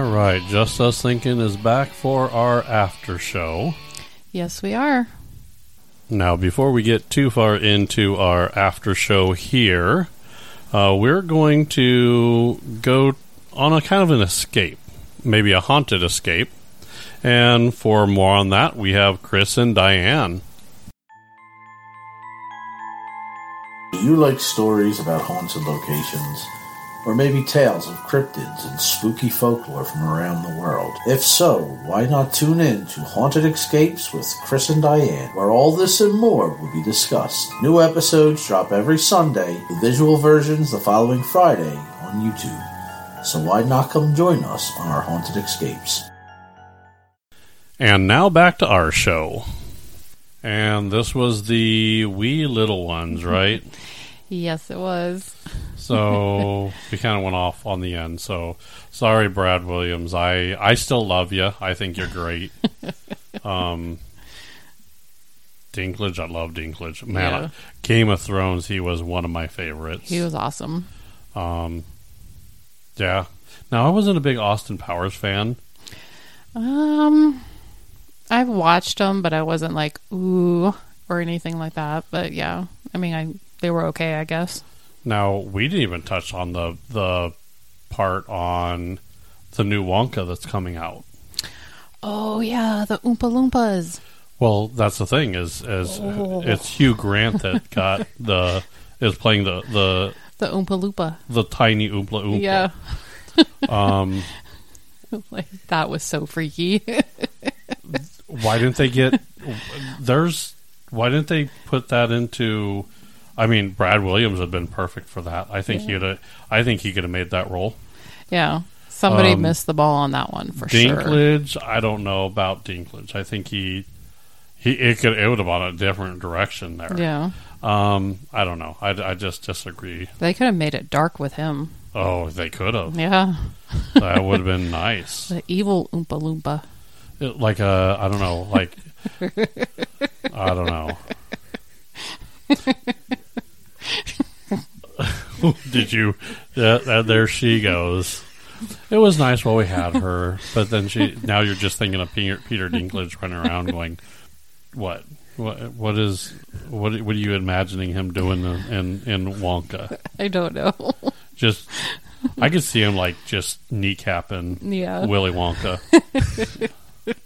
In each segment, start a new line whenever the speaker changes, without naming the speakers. Just Us Thinking is back for our after show.
Yes, we are.
Now, before we get too far into our after show here, uh, we're going to go on a kind of an escape, maybe a haunted escape. And for more on that, we have Chris and Diane.
You like stories about haunted locations, or maybe tales of cryptids and spooky folklore from around the world? If so, why not tune in to Haunted Escapes with Chris and Diane, where all this and more will be discussed. New episodes drop every Sunday, with visual versions the following Friday on YouTube. So why not come join us on our Haunted Escapes?
And now back to our show. And this was the wee little ones, right?
Yes, it was.
so we kind of went off on the end. So sorry, Brad Williams. I I still love you. I think you're great. um, Dinklage, I love Dinklage. Man,
Yeah.
Game of Thrones. He was one of my favorites.
He was awesome.
Um, yeah. Now I wasn't a big Austin Powers fan.
Um, I've watched them, but I wasn't like ooh or anything like that. But yeah, I mean, I they were okay, I guess.
Now we didn't even touch on the the part on the new Wonka that's coming out.
Oh yeah, the Oompa Loompas.
Well, that's the thing is is
Oh.
it's Hugh Grant that got the is playing the the
The Oompa Loopa.
the tiny oompa oompa.
Yeah,
Um,
like that was so freaky.
why didn't they get there's why didn't they put that into? I mean, Brad Williams would have been perfect for that. I think he'd have. I think he could have made that role.
yeah, somebody
Um,
missed the ball on that one for sure.
Dinklage, I don't know about Dinklage. I think he he it could it would have gone a different direction there.
Yeah,
Um, I don't know. I, I just disagree.
they could have made it dark with him.
Oh, they could have.
Yeah,
that would have been nice.
the evil Oompa Loompa.
It- like a I don't know, like I don't know. Did you? That, that, there she goes. It was nice while we had her, but then she. Now you're just thinking of Peter, Peter Dinklage running around going, "What? What? What is? What? What are you imagining him doing in in, in Wonka?
I don't know.
Just, I could see him like just kneecapping
yeah,
Willy Wonka.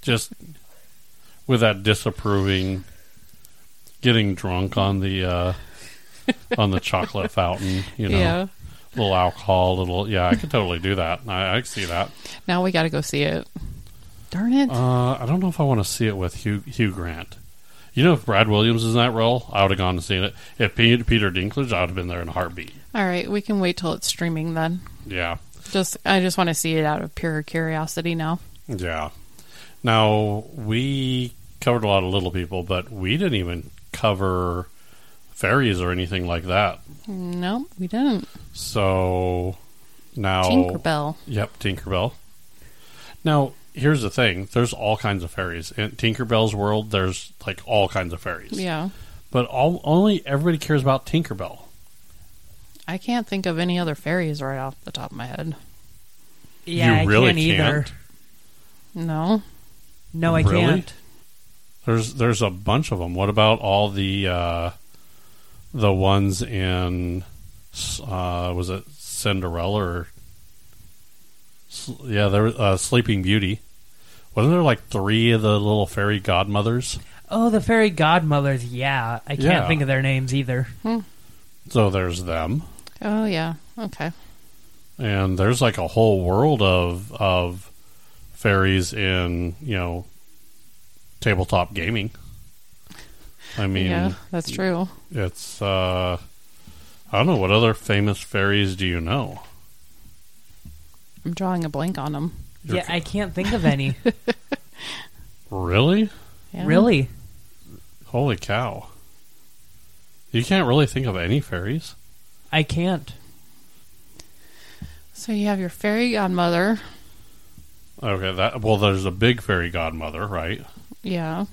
Just with that disapproving, getting drunk on the uh, on the chocolate fountain, you know,
yeah.
little alcohol, little yeah, I could totally do that. I, I could see that.
Now we got to go see it. Darn it!
Uh, I don't know if I want to see it with Hugh Hugh Grant. You know, if Brad Williams is in that role, I would have gone and seen it. If Pe- Peter Dinklage, I would have been there in a heartbeat.
All right, we can wait till it's streaming then.
Yeah.
Just I just want to see it out of pure curiosity now.
Yeah. Now we covered a lot of little people, but we didn't even cover fairies or anything like that.
No, we didn't.
So now,
Tinkerbell.
Yep, Tinkerbell. Now here's the thing: there's all kinds of fairies in Tinkerbell's world. There's like all kinds of fairies.
Yeah.
But all, only everybody cares about Tinkerbell.
I can't think of any other fairies right off the top of my head.
Yeah,
you really
I can't either.
can't.
No.
No, I
Really?
can't.
There's there's a bunch of them. What about all the uh, the ones in uh, was it Cinderella or S- yeah, there was, uh, Sleeping Beauty. Wasn't there like three of the little fairy godmothers?
Oh, the fairy godmothers. Yeah, I can't
Yeah.
think of their names either.
So there's them,
Oh yeah. Okay.
and there's like a whole world of of fairies in you know tabletop gaming. I mean,
yeah, that's true.
It's uh I don't know what other famous fairies do you know?
I'm drawing a blank on them.
You're
yeah, I can't think of any.
Really?
Yeah.
Really?
Holy cow. You can't really think of any fairies.
I can't.
So you have your fairy godmother.
Okay, that well there's a big fairy godmother, right?
Yeah.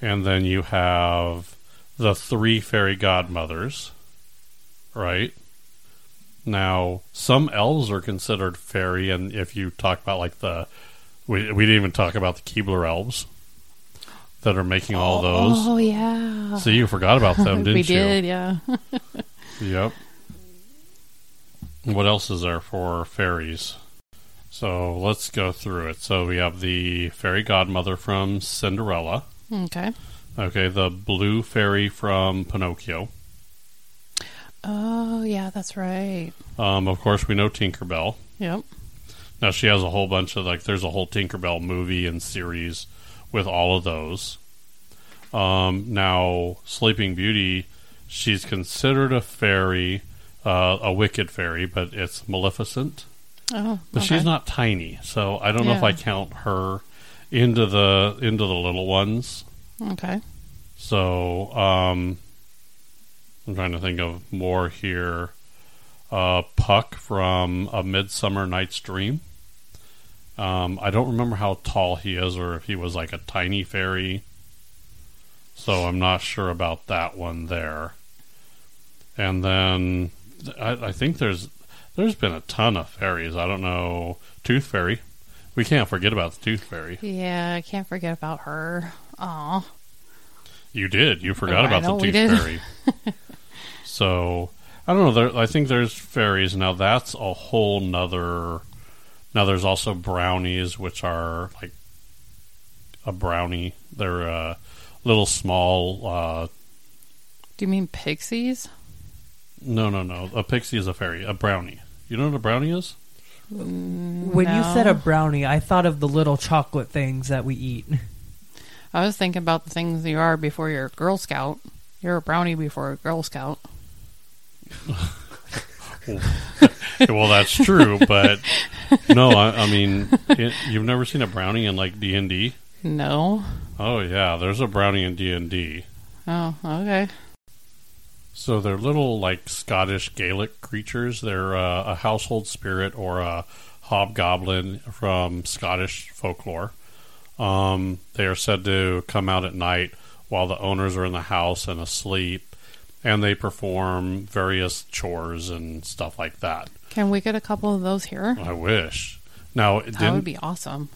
And then you have the three fairy godmothers, right? Now, some elves are considered fairy and if you talk about like the We we didn't even talk about the Keebler elves that are making all those.
Oh yeah.
So you forgot about them, didn't
we
you?
did, yeah.
Yep. What else is there for fairies? So let's go through it. So we have the fairy godmother from Cinderella.
okay.
Okay, the blue fairy from Pinocchio.
Oh yeah, that's right.
Um, of course, we know Tinkerbell.
Yep.
Now she has a whole bunch of like there's a whole Tinkerbell movie and series with all of those. Um, now Sleeping Beauty, she's considered a fairy, uh, a wicked fairy, but it's Maleficent.
Oh,
But
okay.
she's not tiny, so I don't know if
Yeah.
I count her into the into the little ones.
Okay.
So um, I'm trying to think of more here. Uh, Puck from A Midsummer Night's Dream. Um, I don't remember how tall he is, or if he was like a tiny fairy. So I'm not sure about that one there. And then I, I think there's there's been a ton of fairies. I don't know Tooth Fairy. We can't forget about the Tooth Fairy.
Yeah, I can't forget about her. Oh,
You did. You
Oh,
forgot
I
about
know
the
we
tooth
did.
fairy. so I don't know. There, I think there's fairies now. That's a whole nother. Now there's also brownies, which are like a brownie. They're uh, little small. Uh,
do you mean pixies?
no, no, no. A pixie is a fairy. A brownie. You know what a brownie is?
When you said
No.
a brownie, I thought of the little chocolate things that we eat.
I was thinking about the things you are before you're a Girl Scout. You're a brownie before a Girl Scout.
well, that's true, but no. I, I mean, it, you've never seen a brownie in like D and D.
No.
Oh yeah, there's a brownie in D and D.
Oh, okay.
So they're little like Scottish Gaelic creatures. They're uh, a household spirit or a hobgoblin from Scottish folklore. Um, they are said to come out at night while the owners are in the house and asleep, and they perform various chores and stuff like that.
Can we get a couple of those here?
I wish. Now, it
That would
didn't
be awesome.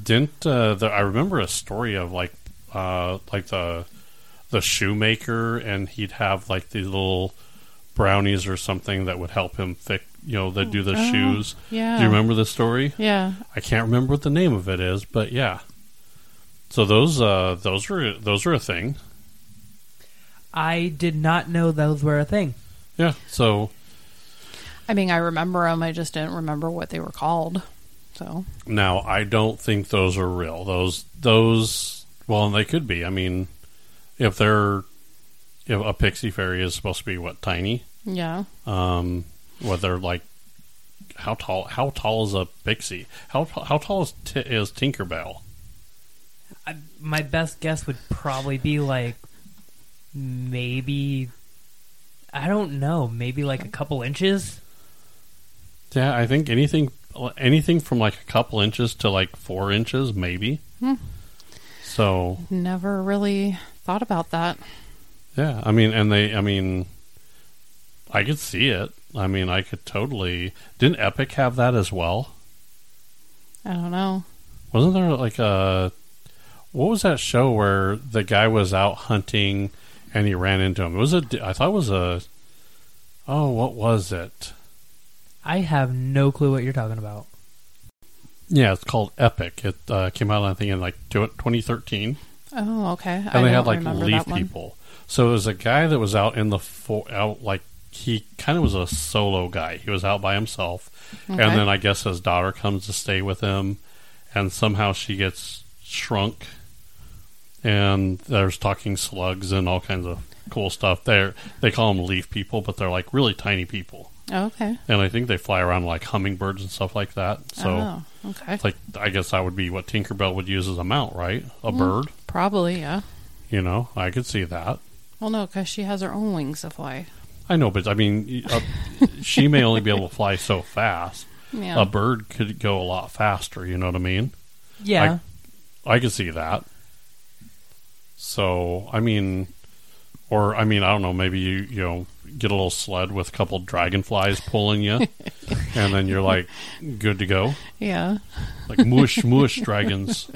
didn't uh, the, I remember a story of like uh, like the the shoemaker and he'd have like these little brownies or something that would help him fix you know they do the
Oh,
shoes.
Yeah.
Do you remember the story?
Yeah.
I can't remember what the name of it is, but yeah. So those uh, those are those are a thing.
I did not know those were a thing.
Yeah. So
I mean, I remember them. I just didn't remember what they were called. So,
Now, I don't think those are real. Those those well, and they could be. I mean, if they're if a pixie fairy is supposed to be what tiny,
yeah.
um, what they're like how tall how tall is a pixie? How t- how tall is t- is Tinkerbell?
I, my best guess would probably be like maybe I don't know, maybe like a couple inches.
Yeah, I think anything anything from like a couple inches to like 4 inches maybe.
Hmm.
So,
Never really thought about that.
Yeah, I mean, and they, I mean, I could see it. I mean, I could totally. Didn't Epic have that as well?
I don't know.
Wasn't there like a what was that show where the guy was out hunting and he ran into him? It was a. I thought it was a. Oh, what was it?
I have no clue what you're talking about.
Yeah, it's called Epic. It uh, came out, I think, in like tw- 2013.
Oh, okay. I
and they had
don't
like
remember
leaf
that one.
people. So it was a guy that was out in the fo- out like he kind of was a solo guy. He was out by himself,
Okay.
and then I guess his daughter comes to stay with him, and somehow she gets shrunk. And there's talking slugs and all kinds of cool stuff. There, they call them leaf people, but they're like really tiny people.
Okay.
And I think they fly around like hummingbirds and stuff like that. So,
oh, okay.
like, I guess that would be what Tinkerbell would use as a mount, right?
Hmm.
A bird.
Probably, yeah.
You know, I could see that.
Well, no, because she has her own wings to fly.
I know, but I mean, uh, she may only be able to fly so fast.
Yeah.
A bird could go a lot faster. You know what I mean?
Yeah.
I could see that. So I mean, or I mean, I don't know. Maybe you you know get a little sled with a couple dragonflies pulling you, and then you're like good to go,
Yeah.
like mush mush dragons.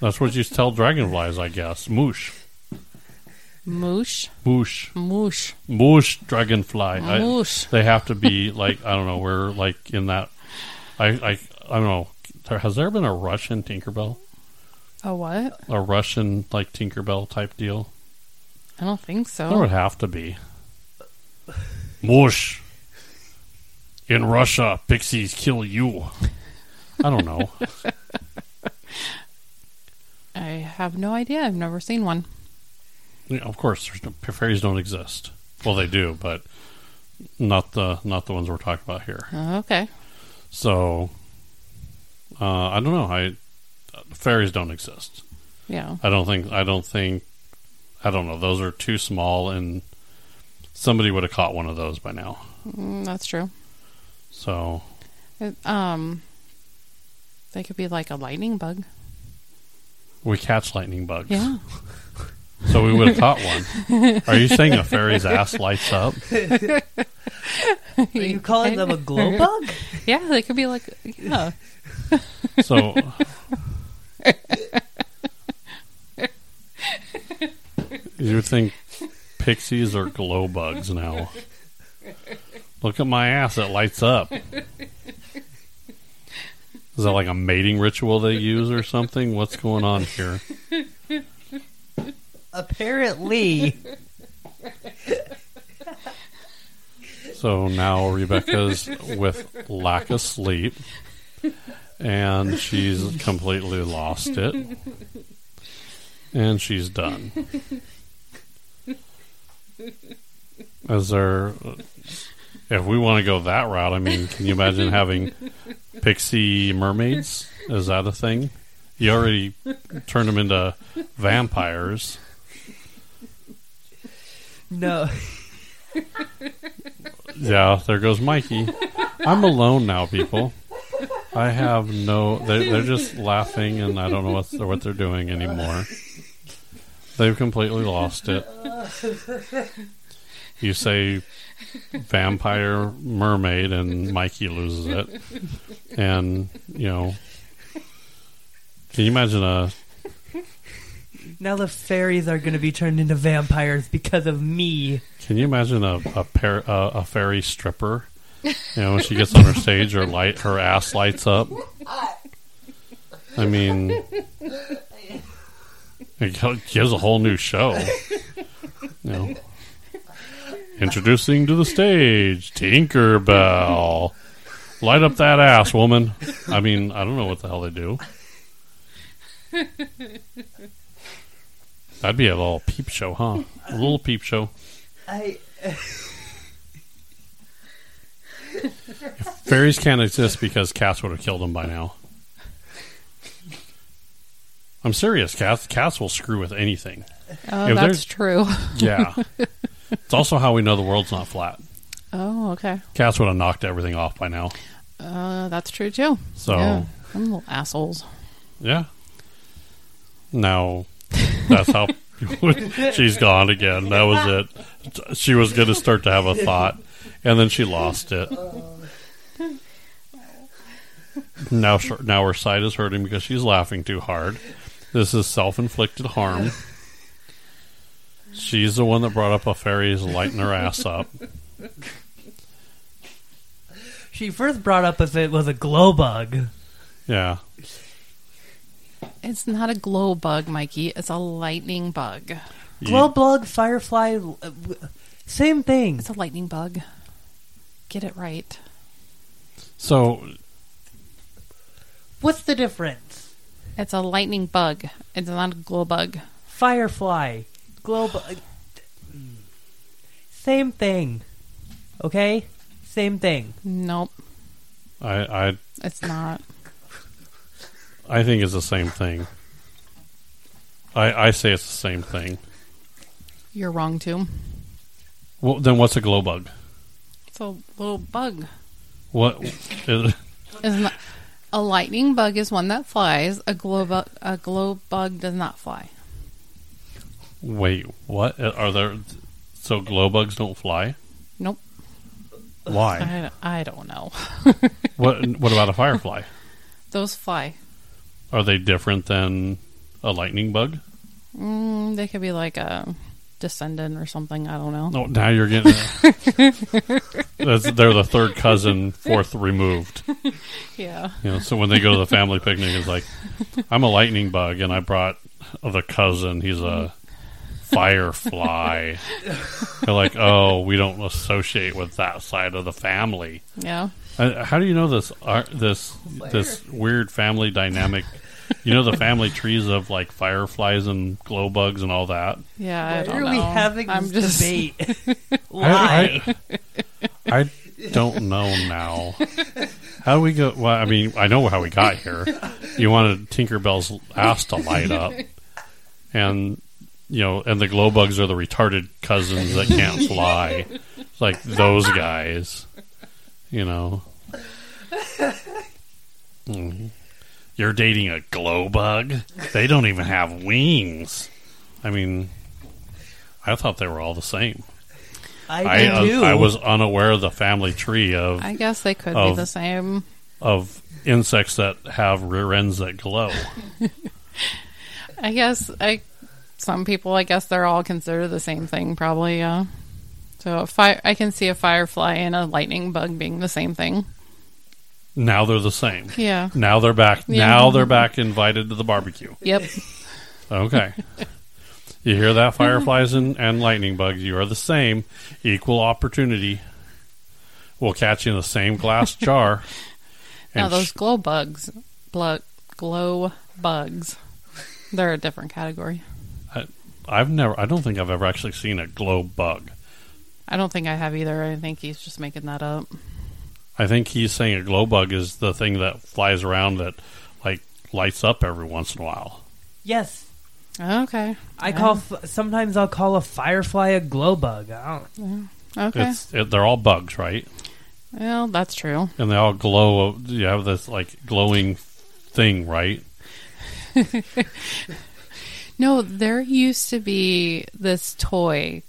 That's what you tell dragonflies, I guess. Moosh,
Moosh.
moosh,
Moosh.
moosh, dragonfly. I-
Moosh.
they have to be like I don't know. We're like in that. I I I don't know. There, has there been a Russian Tinkerbell?
A what?
A Russian like Tinkerbell type deal?
I don't think so.
There would have to be. Mush. In Russia, pixies kill you. I don't know.
I have no idea. I've never seen one.
Yeah, of course, there's no, fairies don't exist. Well, they do, but not the not the ones we're talking about here.
Okay.
So uh, I don't know. I fairies don't exist.
Yeah.
I don't think. I don't think. I don't know. Those are too small, and somebody would have caught one of those by now.
Mm, that's true.
So
It, um, they could be like a lightning bug.
we catch lightning bugs.
Yeah.
So we would have caught one. Are you saying a fairy's ass lights up?
Are you calling them a glow bug?
Yeah, they could be like yeah.
So. You would think pixies are glow bugs now. Look at my ass, it lights up. Is that like a mating ritual they use or something? What's going on here?
Apparently.
So now Rebecca's with lack of sleep, and she's completely lost it, and she's done. Is there? If we want to go that route, I mean, can you imagine having pixie mermaids? Is that a thing? You already turned them into vampires.
No.
Yeah, there goes Mikey. I'm alone now, people. I have no. They, they're just laughing, and I don't know what what they're doing anymore. They've completely lost it. You say vampire mermaid, and Mikey loses it. And you know, can you imagine a
Now the fairies are going to be turned into vampires because of me.
Can you imagine a a, pair, uh, a fairy stripper? You know, when she gets on her stage, her light, her ass lights up. I mean, it gi- gives a whole new show. You know. Introducing to the stage, Tinkerbell. Light up that ass, woman. I mean, I don't know what the hell they do. That'd be a little peep show, huh? A little peep show.
I.
Fairies can't exist because cats would have killed them by now. I'm serious. Cats cats will screw with anything.
Oh,
If
that's
there's-
true.
Yeah. it's also how we know the world's not flat.
Oh, okay.
Cats would have knocked everything off by now.
Uh, that's true too.
So
yeah.
yeah.
I'm little assholes.
Now that's how she's gone again. That was it. She was going to start to have a thought, and then she lost it. Now, sh- now her side is hurting because she's laughing too hard. This is self-inflicted harm. She's the one that brought up a fairy's lighting her ass up.
She first brought up if it was a glow bug.
Yeah,
It's not a glow bug, Mikey. It's a lightning bug.
Glow bug, firefly, uh, w- same thing.
It's a lightning bug. Get it right.
So
What's the difference?
It's a lightning bug. It's not a glow bug.
Firefly, glow bug, same thing. Okay, same thing.
Nope.
I, I
It's not.
I think it's the same thing. I, I say it's the same thing.
You're wrong too.
Well, then what's a glow bug?
It's a little bug.
What? Is,
It's not. A lightning bug is one that flies. A glow bu- a glow bug does not fly.
wait, what are there? So glow bugs don't fly.
Nope.
Why?
I, I don't know.
what What about a firefly?
Those fly.
Are they different than a lightning bug?
Mm, they could be like a descendant or something. I don't know.
No, now you're getting. That's, they're the third cousin, fourth removed.
Yeah.
You know, so when they go to the family picnic, it's like, I'm a lightning bug, and I brought the cousin. He's a firefly. They're like, oh, we don't associate with that side of the family.
Yeah.
Uh, how do you know this? ar this this weird family dynamic? You know the family trees of like fireflies and glow bugs and all that.
Yeah. I
Why
don't
are
know.
we having this
I'm just,
debate? Why?
I- I, I don't know now. How do we go? Well, I mean, I know how we got here. You wanted Tinkerbell's ass to light up, and you know, and the glow bugs are the retarded cousins that can't fly, like those guys. You know, Mm. you're dating a glow bug. They don't even have wings. I mean, I thought they were all the same. I,
I,
uh,
do.
I was unaware of the family tree of
I guess they could
Oh.
be the same.
of insects that have rear ends that glow.
I guess I. Some people, I guess, they're all considered the same thing, probably. Yeah. So a fire, I can see a firefly and a lightning bug being the same thing.
now they're the same.
Yeah.
Now they're back.
Yeah.
Now they're back invited to the barbecue.
Yep.
Okay. you hear that, fireflies and, and lightning bugs? You are the same. Equal opportunity. We'll catch you in the same glass jar.
now
And
those
sh-
glow bugs, blo- glow bugs, they're a different category.
I've never. I don't think I've ever actually seen a glow bug.
I don't think I have either. I think he's just making that up.
I think he's saying a glow bug is the thing that flies around that like lights up every once in a while.
yes.
Okay.
I call f- sometimes I'll call a firefly a glow bug. I don't,
Okay.
It's it, they're all bugs, right?
Well, that's true.
And they all glow. You have this like glowing thing, right?
No, there used to be this toy.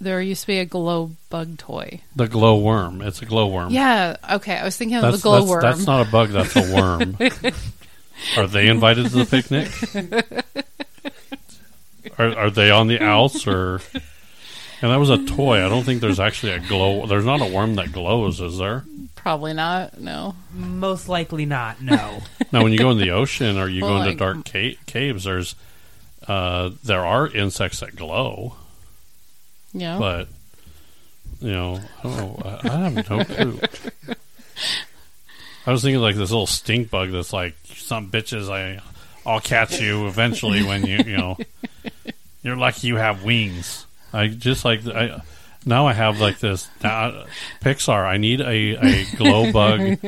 There used to be a glow bug toy.
The glow worm. It's a glow worm.
Yeah. Okay. I was thinking of
Hmm. that's,
the glow
that's,
worm.
That's not a bug. That's a worm. are they invited to the picnic? are, are they on the outs or? And that was a toy. I don't think there's actually a glow. There's not a worm that glows, is there?
Probably not. No.
most likely not. No.
Now, when you go in the ocean or you
Well,
go into
like-
dark ca- caves, there's uh, there are insects that glow,
Yeah.
but you know, I don't know. I, I have no clue. I was thinking like this little stink bug that's like some bitches. I I'll catch you eventually when you you know you're lucky you have wings. I just like I. Now I have like this now, Pixar. I need a, a glow bug,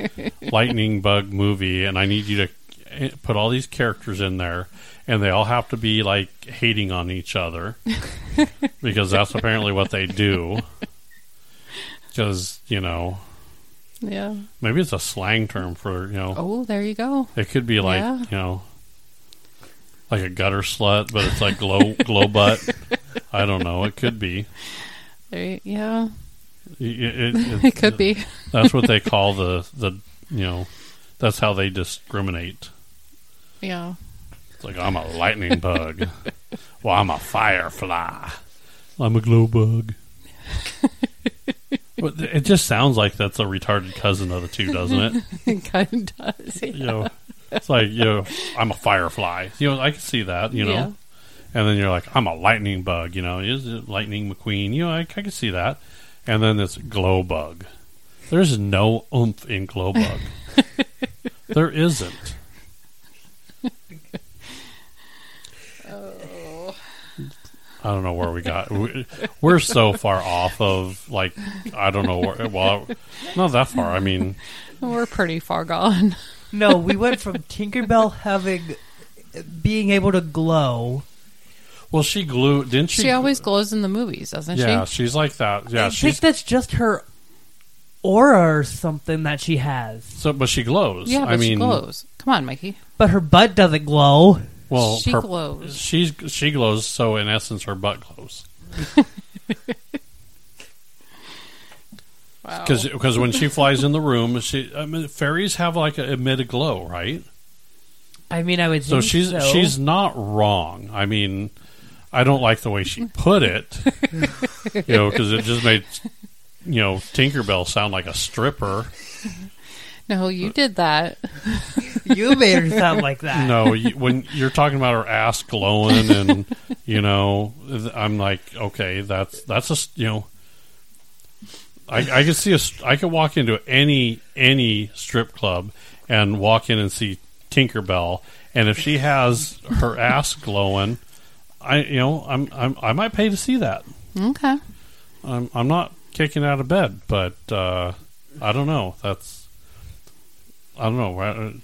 lightning bug movie, and I need you to eh, put all these characters in there, and they all have to be like hating on each other because that's apparently what they do. Because you know,
yeah.
maybe it's a slang term for you know.
Oh, there you go.
It could be like
Yeah.
you know, like a gutter slut, but it's like glow glow butt. I don't know. It could be.
There you, yeah.
It, it- it-
It could be.
That's what they call the the you know. That's how they discriminate.
Yeah.
It's like I'm a lightning bug. well, I'm a firefly. I'm a glow bug. but th- it just sounds like that's a retarded cousin of the two, doesn't it?
It kind of does. Yeah.
You know, it's like you know, I'm a firefly. You know, I can see that. You know.
Yeah.
and then you're like, I'm a lightning bug, you know, is it lightning McQueen? You know, I, I can see that. And then it's glow bug. There's no oomph in glow bug. there isn't.
Oh.
I don't know where we got. we- We're so far off of like I don't know where. Well, not that far. I mean,
We're pretty far gone.
no, we went from Tinkerbell having being able to glow.
well, she glue didn't she?
She always glows in the movies, doesn't
yeah,
she?
she's like that. Yeah,
I
she's
think that's just her aura or something that she has.
so, but she glows.
Yeah, but
I mean,
she glows. Come on, Mikey.
But her butt doesn't glow.
Well,
She
per-
glows.
She's she glows, so in essence, her butt glows.
Wow.
Because when she flies in the room, she I mean, fairies have like a emit a glow, right?
I mean, I would.
So
think
she's
so.
she's not wrong. I mean, I don't like the way she put it, you know, because it just made you know Tinkerbell sound like a stripper.
no, you did that.
You made her sound like that.
No, you, when you're talking about her ass glowing, and you know, th- I'm like, okay, that's that's a s- you know, I I could see a s- I could walk into any any strip club and walk in and see Tinkerbell, and if she has her ass glowing, I you know I'm, I'm I might pay to see that.
Okay.
I'm I'm not kicking out of bed, but uh, I don't know. That's I don't know. I- I-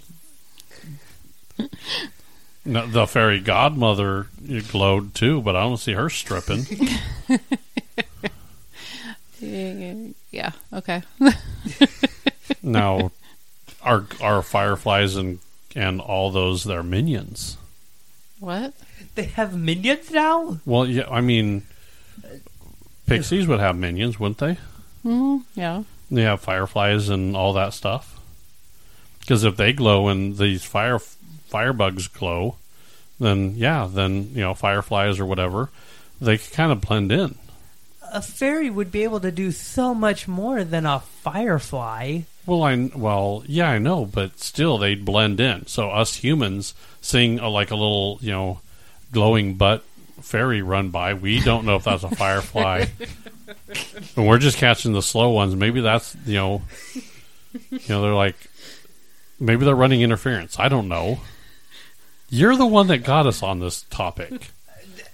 No, the fairy godmother glowed too, but I don't see her stripping.
Yeah. Okay.
now, are are fireflies and and all those their minions?
What?
They have minions now.
Well, yeah, I mean, pixies would have minions, wouldn't they?
Mm, yeah.
They have fireflies and all that stuff. Because if they glow and these fire firebugs glow, then yeah, then you know fireflies or whatever, they kind of blend in.
A fairy would be able to do so much more than a firefly.
Well, I well yeah I know, but still they blend in. So us humans seeing a, like a little you know glowing butt fairy run by, we don't know if that's a firefly, and we're just catching the slow ones. Maybe that's you know you know they're like maybe they're running interference. I don't know. You're the one that got us on this topic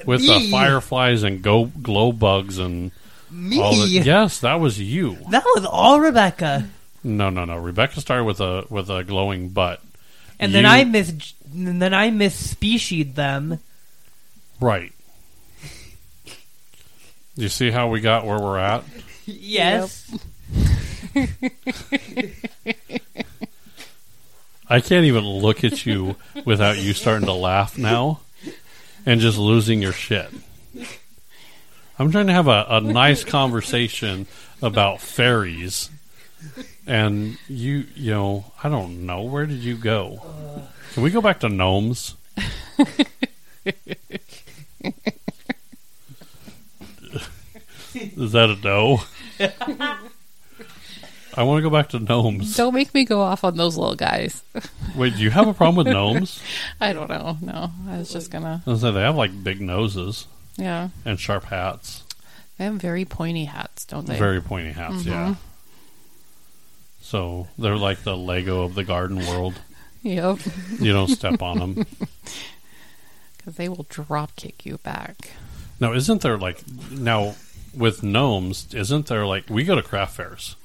with the
Me?
fireflies and go glow bugs and
Me?
all that. Yes, that was you.
That was all Rebecca.
No, no, no. Rebecca started with a with a glowing butt.
And then
You-
I mis and then I misspecied them.
Right. You see how we got where we're at?
Yes.
I can't even look at you without you starting to laugh now and just losing your shit. I'm trying to have a, a nice conversation about fairies and you you know, I don't know, where did you go? Can we go back to gnomes? Is that a no? I want to go back to gnomes.
Don't make me go off on those little guys.
Wait, do you have a problem with gnomes?
I don't know. No, I was just gonna.
I was gonna say, they have like big noses
Yeah,
and sharp hats,
they have very pointy hats, don't they?
very pointy hats. Yeah. So they're like the Lego of the garden world.
Yep,
You don't step on them.
because they will drop kick you back.
Now, isn't there like now with gnomes? Isn't there like we go to craft fairs?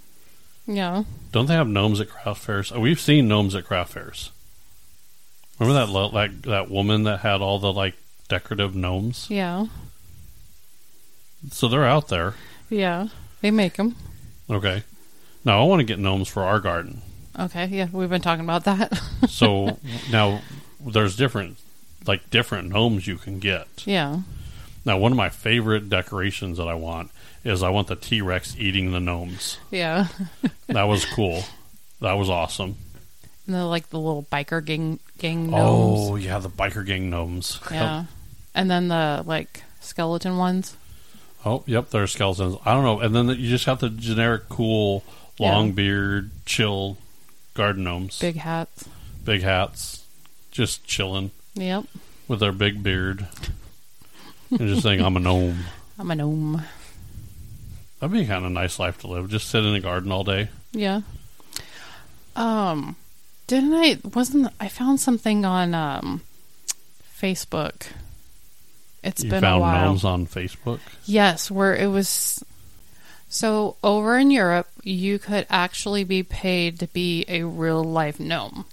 Yeah.
Don't they have gnomes at craft fairs? Oh, We've seen gnomes at craft fairs. Remember that lo- that that woman that had all the like decorative gnomes?
Yeah.
So they're out there.
Yeah. They make them.
Okay. Now I want to get gnomes for our garden.
Okay. Yeah, we've been talking about that.
So now there's different like different gnomes you can get.
yeah.
Now one of my favorite decorations that I want is I want the T Rex eating the gnomes.
Yeah.
That was cool. That was awesome.
And they're like the little biker gang gang gnomes.
Oh yeah, the biker gang gnomes.
yeah. And then the like skeleton ones.
Oh yep, there are skeletons. I don't know. And then you just have the generic cool
Yeah.
long beard, chill garden gnomes.
Big hats.
big hats. Just chilling
Yep.
with their big beard. and just saying I'm a gnome.
I'm a gnome.
That'd be kind of nice life to live. Just sit in a garden all day.
Yeah. Um didn't I wasn't I found something on um Facebook. It's
you
been
found
a while.
gnomes on Facebook.
Yes, where it was so over in Europe, you could actually be paid to be a real life gnome.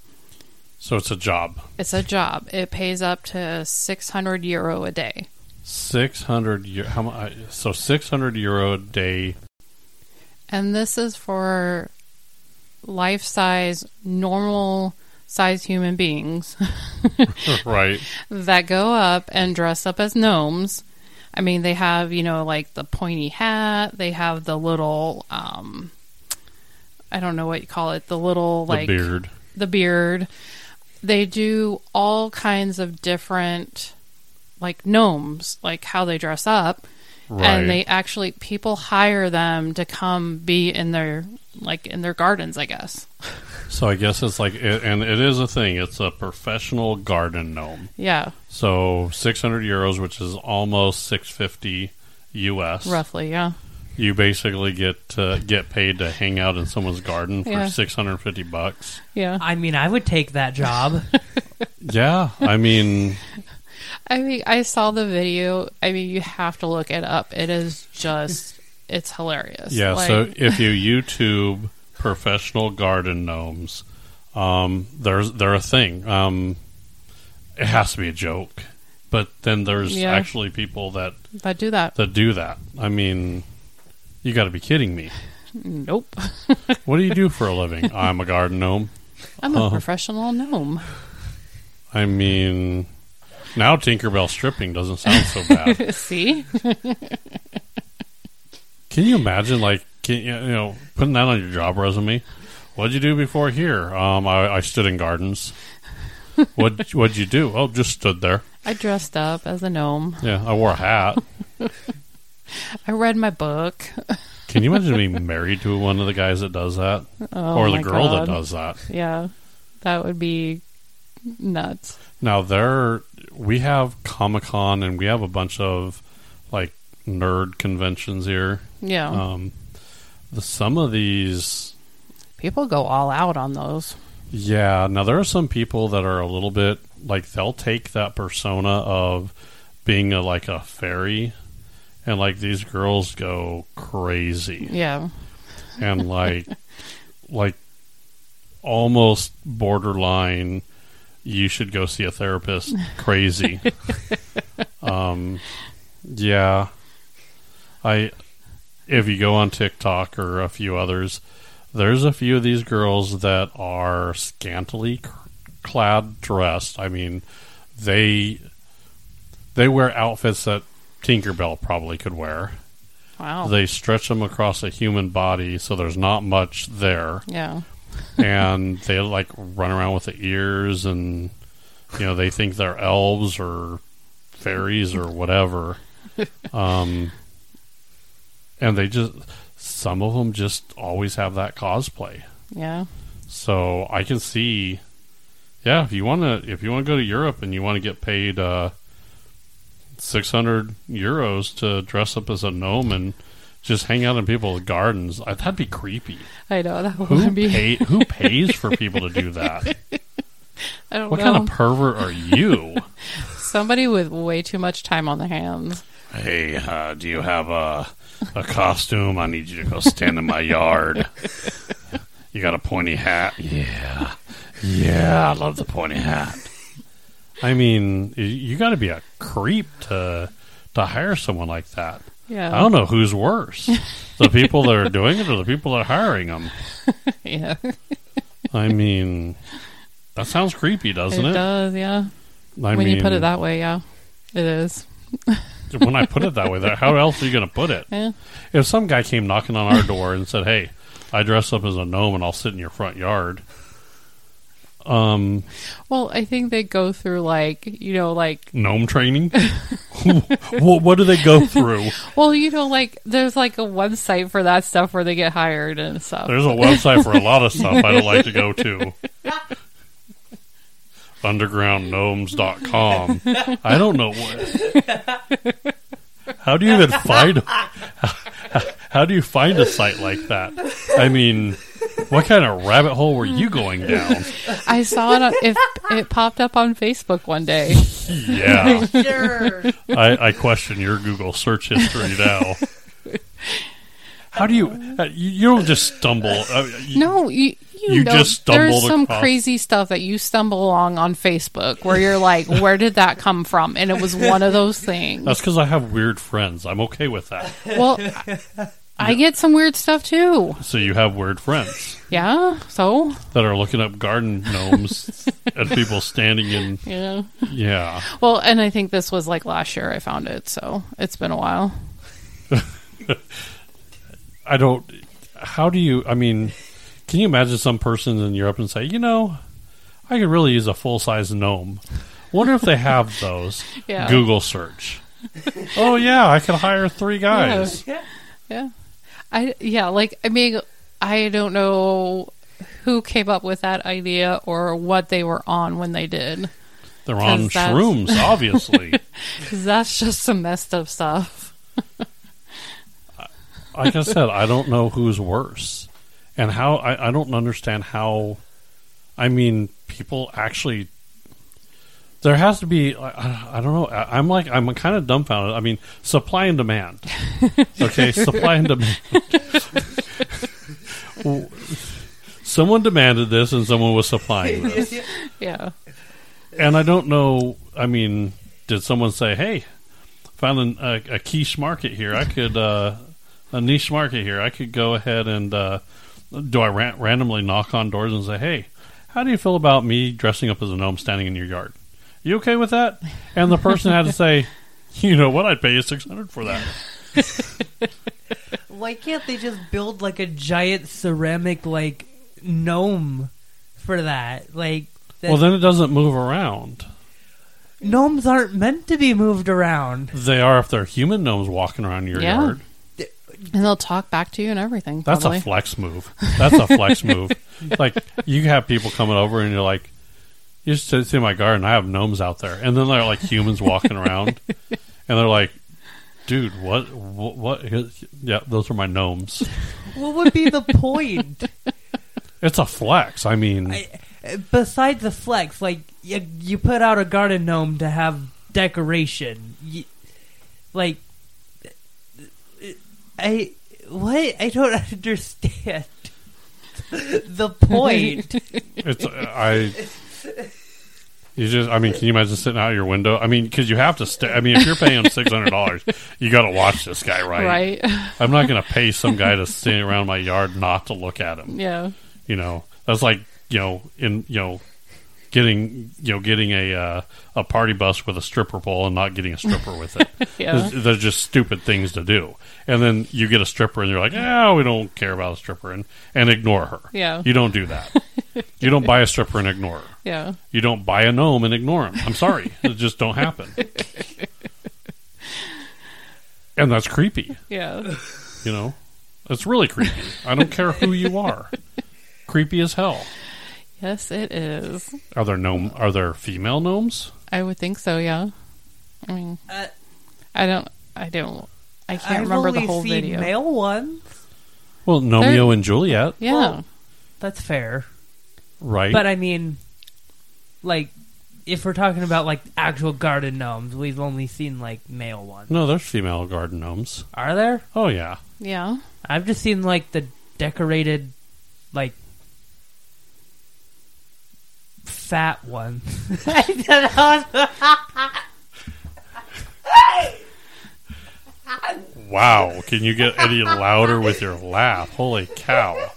So it's a job.
It's a job. It pays up to 600 euro a day.
Six hundred. How much? So six hundred euro a day.
And this is for life size, normal size human beings
right.
that go up and dress up as gnomes. I mean, they have, you know, like the pointy hat, they have the little um, I don't know what you call it, the little
the
like
beard.
the beard. They do all kinds of different like gnomes, like how they dress up.
Right.
And they actually people hire them to come be in their like in their gardens, I guess.
So I guess it's like, it, and it is a thing. It's a professional garden gnome.
Yeah,
So 600 euros, which is almost 650 US.
roughly, yeah.
You basically get to get paid to hang out in someone's garden for
Yeah.
650 bucks.
Yeah.
I mean, I would take that job.
Yeah, I mean,
I mean, I saw the video. I mean, you have to look it up. It is just, it's hilarious.
yeah.
Like,
So if you YouTube professional garden gnomes, um, there's they're a thing. Um, it has to be a joke, but then there's
Yeah.
actually people that
I do that.
that do that. I mean, you got to be kidding me.
Nope.
What do you do for a living? I'm a garden gnome.
I'm a
Oh.
professional gnome.
I mean, now Tinkerbell stripping doesn't sound so bad.
See?
Can you imagine, like, can, you know, putting that on your job resume? What'd you do before here? Um, I, I stood in gardens. What What'd you do? Oh, just stood there.
I dressed up as a gnome.
Yeah, I wore a hat.
I read my book.
Can you imagine being married to one of the guys that does that,
Oh,
or the
my
girl
God.
that does that?
Yeah. That would be nuts.
Now there, we have Comic Con and we have a bunch of like nerd conventions here.
Yeah.
Um, the, some of these,
People go all out on those.
yeah. Now there are some people that are a little bit like they'll take that persona of being a, like a fairy, and like these girls go crazy
Yeah.
and like like almost borderline. You should go see a therapist. Crazy. um, yeah. I if you go on TikTok or a few others, there's a few of these girls that are scantily c- clad, dressed. I mean, they they wear outfits that Tinkerbell probably could wear.
Wow.
They stretch them across a human body, so there's not much there,
yeah.
and they like run around with the ears, and you know they think they're elves or fairies or whatever. Um, and they just some of them just always have that cosplay.
Yeah.
So I can see, yeah. If you want to, if you want to go to Europe and you want to get paid uh, six hundred euros to dress up as a gnome and just hang out in people's gardens, I, that'd be creepy.
I know. That
Who
would be.
pay, Who pays for people to do that?
I don't
What
know.
kind of pervert are you?
Somebody with way too much time on their hands.
hey, uh, do you have a a costume? I need you to go stand in my yard. You got a pointy hat? Yeah, yeah, I love the pointy hat. I mean, y- you got to be a creep to to hire someone like that.
Yeah.
I don't know who's worse, the people that are doing it or the people that are hiring them.
Yeah.
I mean, that sounds creepy, doesn't it?
does, yeah.
I
when
mean,
you put it that way, yeah, it is.
when I put it that way, that- how else are you going to put it?
Yeah.
If some guy came knocking on our door and said, "Hey, I dress up as a gnome and I'll sit in your front yard," um,
Well, I think they go through like you know, like
gnome training. what, what do they go through?
well, you know, like there's like a website for that stuff where they get hired and stuff.
There's a website for a lot of stuff I don't like to go to. Undergroundgnomes.com. I don't know what. How do you even find? How do you find a site like that? I mean, what kind of rabbit hole were you going down?
I saw it. On, if it popped up on Facebook one day,
Yeah,
sure.
I, I question your Google search history now. How do you? uh, You you don't just stumble. uh, you-
no, you you,
You
know,
just
there's
stumbled
some
across-
crazy stuff that you stumble along on Facebook where you're like, where did that come from? And it was one of those things.
That's because I have weird friends. I'm okay with that.
well, I, I get some weird stuff too.
So you have weird friends
Yeah, so
that are looking up garden gnomes and people standing in.
yeah.
Yeah,
Well, and I think this was like last year I found it, so it's been a while.
I don't. How do you? I mean, Can you imagine some person in Europe and say, you know, I could really use a full size gnome. Wonder if they have those.
Yeah.
Google search. oh yeah, I could hire three guys.
Yeah.
Yeah. I yeah, like I mean I don't know who came up with that idea or what they were on when they did.
They're on
'Cause that's-
shrooms, obviously.
'Cause that's just some messed up stuff.
like I said, I don't know who's worse, and how I, I don't understand how. I mean, people actually. There has to be. I- I, I don't know. I, I'm like I'm kind of dumbfounded. I mean, supply and demand. Okay, supply and demand. W- someone demanded this, and someone was supplying this
Yeah.
and I don't know. I mean, did someone say, "Hey, found an, a, a quiche market here. I could uh, a niche market here. I could go ahead and uh, do I ran- randomly knock on doors and say, "Hey, how do you feel about me dressing up as a gnome standing in your yard? You okay with that?" And the person had to say, "You know what? I'd pay you six hundred for that."
Why can't they just build like a giant ceramic like gnome for that? Like that-
Well, then it doesn't move around.
gnomes aren't meant to be moved around.
They are if they're human gnomes walking around your
Yeah.
yard.
And they'll talk back to you and everything.
That's
probably.
a flex move. That's a flex move. Like you have people coming over and you're like, you just sit in my garden. I have gnomes out there, and then they're like humans walking around, and they're like, dude, what, what, what? Yeah, those are my gnomes.
What would be the point?
It's a flex. I mean,
I, besides the flex, like you, you put out a garden gnome to have decoration, you, like I what I don't understand the point.
it's I. You just, I mean, can you imagine sitting out your window? I mean, because you have to stay. I mean, if you're paying six hundred dollars, you got to watch this guy, right?
right.
I'm not going to pay some guy to stand around my yard not to look at him.
yeah.
you know that's like you know in you know getting you know getting a uh, a party bus with a stripper pole and not getting a stripper with it
Yeah.
There's- they're just stupid things to do and then you get a stripper and you're like yeah we don't care about a stripper and and ignore her
Yeah.
you don't do that you don't buy a stripper and ignore her
Yeah.
you don't buy a gnome and ignore him i'm sorry it just don't happen and that's creepy
Yeah.
you know it's really creepy i don't care who you are creepy as hell
Yes, it is.
are there gnome? Are there female gnomes?
I would think so, yeah. I mean,
Uh,
I don't I don't I can't
I've
remember
only
the whole
seen
video.
Male ones.
Well, Nomeo and Juliet,
yeah.
Well, That's fair,
right?
but I mean, like. If we're talking about like actual garden gnomes, we've only seen like male ones.
no, there's female garden gnomes.
Are there?
Oh yeah,
yeah.
I've just seen like the decorated, like fat one.
wow. Can you get any louder with your laugh? Holy cow!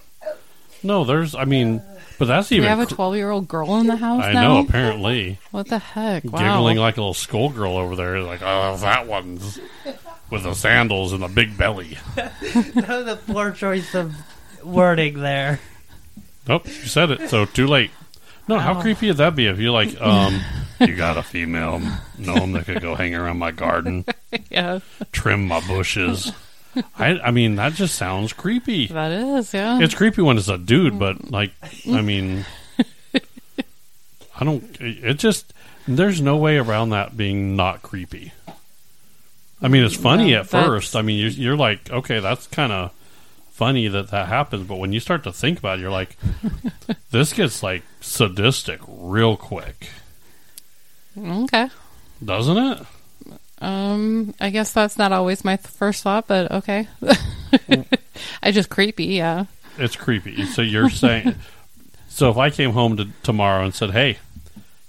No, there's. I mean, but that's
We
even.
have a
cr-
12 year old girl in the house
I
now?
know. Apparently,
What the heck? Wow.
giggling like a little schoolgirl over there. Like, oh, that one's with the sandals and the big belly.
the poor choice of wording there.
Nope, you said it. So too late. No,
Oh.
how creepy would that be if you're like, um, you got a female gnome that could go hang around my garden?
yeah,
trim my bushes. I, I mean, that just sounds creepy.
that is. Yeah.
It's creepy when it's a dude, but like, I mean, I don't. It just there's no way around that being not creepy. I mean, it's funny
No,
at
that's-
first. I mean, you're, you're like, okay, that's kind of funny that that happens, but when you start to think about it, you're like, this gets like sadistic real quick,
okay.
doesn't it?
Um, I guess that's not always my th- first thought, but okay. Mm. I just creepy. Yeah.
It's creepy. So you're saying, so if I came home to, tomorrow and said, "Hey,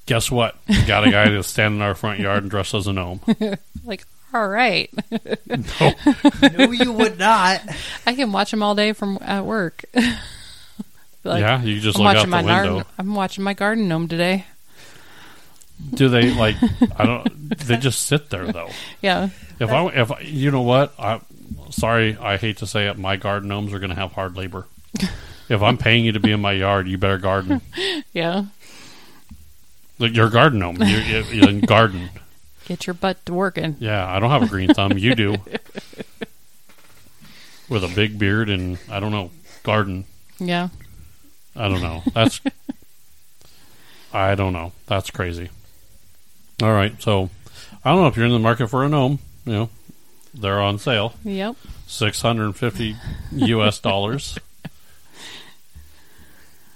guess what? We got a guy that's standing in our front yard and dressed as a gnome."
Like, all right,
No,
No, you would not.
I can watch him all day from at work. like,
yeah, you just
I'm
look
watching
out the
my
window.
garden. I'm watching my garden gnome today.
Do they like? I don't. They just sit there though.
Yeah.
If I, if I, you know what, I, sorry, I hate to say it, my garden gnomes are going to have hard labor. If I'm paying you to be in my yard, you better garden.
Yeah.
Like you're a garden gnome. You're, you you're in garden.
Get your butt to working.
Yeah, I don't have a green thumb. You do. With a big beard and I don't know garden.
Yeah.
I don't know. That's I don't know. That's crazy. All right, so I don't know if you're in the market for a gnome. You know, they're on sale,
Yep.
six hundred and fifty U.S. dollars.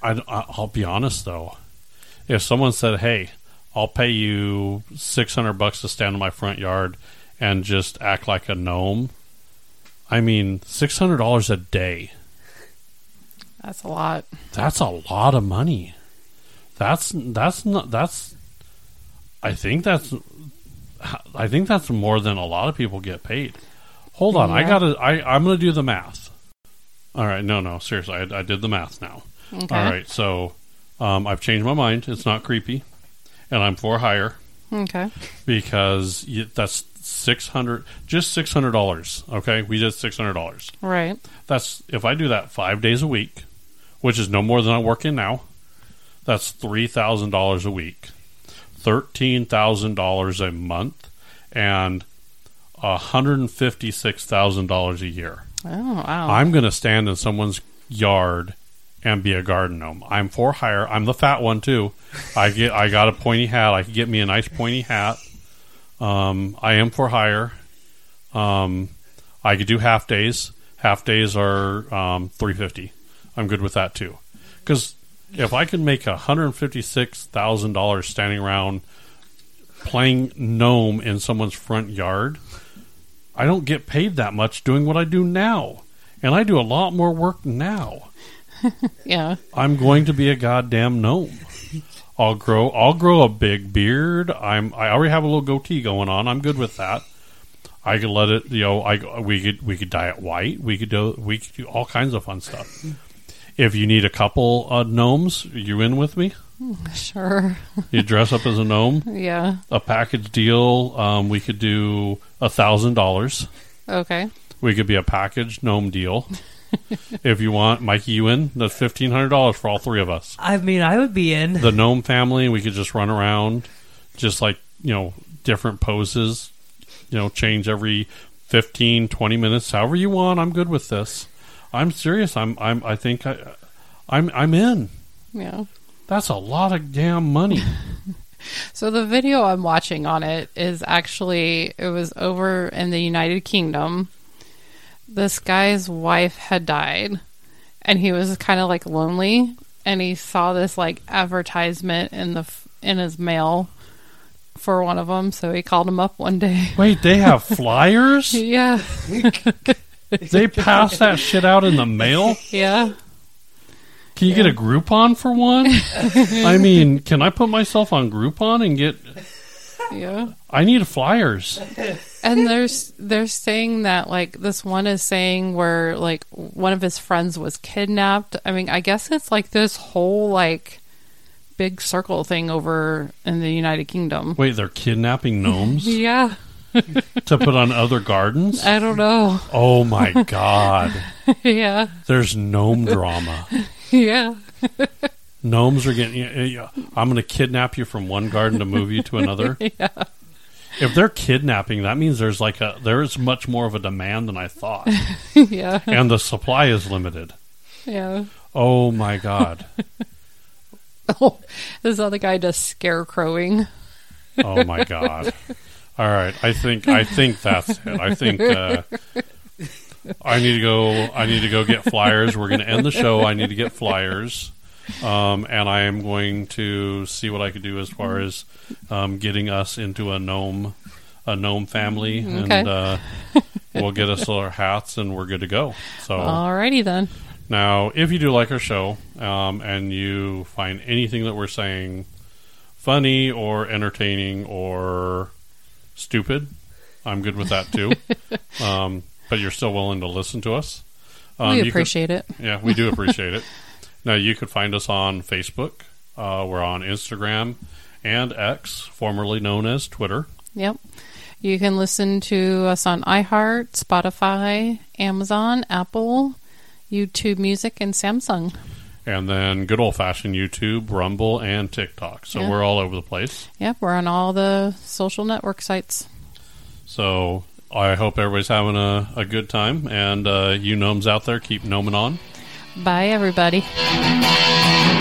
I, I'll be honest though, if someone said, "Hey, I'll pay you six hundred bucks to stand in my front yard and just act like a gnome," I mean, six hundred dollars a day.
That's a lot.
That's a lot of money. That's that's not that's. I think that's. I think that's more than a lot of people get paid. Hold on, I
Yeah.
gotta. I I'm gonna do the math. All right, no, no, seriously, I, I did the math now.
Okay.
All right, so um, I've changed my mind. It's not creepy, and I'm for hire
Okay.
because you, that's six hundred, just six hundred dollars. Okay, we did six hundred dollars.
Right.
That's if I do that five days a week, which is no more than I work in now. That's three thousand dollars a week, thirteen thousand dollars a month, and hundred and fifty-six thousand dollars a year.
Oh wow.
I'm going to stand in someone's yard and be a garden gnome. I'm for hire. I'm the fat one too. I get. I got a pointy hat. I can get me a nice pointy hat. Um, I am for hire. Um, I could do half days. Half days are um, three fifty. I'm good with that too. Because if I could make hundred and fifty six thousand dollars standing around playing gnome in someone's front yard, I don't get paid that much doing what I do now. And I do a lot more work now.
yeah.
I'm going to be a goddamn gnome. I'll grow I'll grow a big beard. I'm I already have a little goatee going on. I'm good with that. I could let it, you know, I we could we could dye it white. We could do we could do all kinds of fun stuff. If you need a couple uh, gnomes, you in with me?
Sure.
You dress up as a gnome,
Yeah.
a package deal. Um, we could do a thousand dollars.
Okay.
We could be a package gnome deal. if you want, Mikey, you in? That's fifteen hundred dollars for all three of us.
I mean, I would be in.
The gnome family, we could just run around, just like you know, different poses. You know, change every 15, 20 minutes, however you want. I'm good with this. I'm serious. I'm. I'm. I think I. I'm. I'm in.
Yeah.
That's a lot of damn money.
So the video I'm watching on it is actually it was over in the United Kingdom. This guy's wife had died and he was kind of like lonely and he saw this like advertisement in the f- in his mail for one of them so he called him up one day.
Wait, they have flyers.
yeah.
They pass that shit out in the mail.
Yeah.
Can you get a Groupon for one? I mean, can I put myself on Groupon and get?
Yeah.
I need flyers.
And there's they're saying that like this one is saying where like one of his friends was kidnapped. I mean, I guess it's like this whole like big circle thing over in the United Kingdom.
Wait, they're kidnapping gnomes
Yeah,
to put on other gardens.
I don't know.
Oh my god!
yeah,
There's gnome drama.
yeah,
Gnomes are getting. yeah, yeah, I'm going to kidnap you from one garden to move you to another.
yeah,
If they're kidnapping, that means there's like a there is much more of a demand than I thought,
yeah,
and the supply is limited.
yeah.
Oh my god!
Oh, this other guy does scarecrowing.
Oh my god! All right, I think I think that's it. I think uh, I need to go. I need to go get flyers. We're going to end the show. I need to get flyers, um, and I am going to see what I could do as far as um, getting us into a gnome, a gnome family, and
Okay.
uh, we'll get us our hats, and we're good to go. So.
Alrighty then.
Now, if you do like our show um, and you find anything that we're saying funny or entertaining or stupid, I'm good with that too. um, but you're still willing to listen to us. Um, you
we
could-
appreciate it.
yeah, we do appreciate it. Now, you could find us on Facebook. Uh, we're on Instagram and X, formerly known as Twitter.
Yep. You can listen to us on iHeart, Spotify, Amazon, Apple, YouTube Music, and Samsung.
and then good old fashioned YouTube, Rumble, and TikTok. So
Yeah.
we're all over the place.
Yep, we're on all the social network sites.
So I hope everybody's having a, a good time. And uh, you gnomes out there, keep gnoming on.
Bye, everybody.
Thank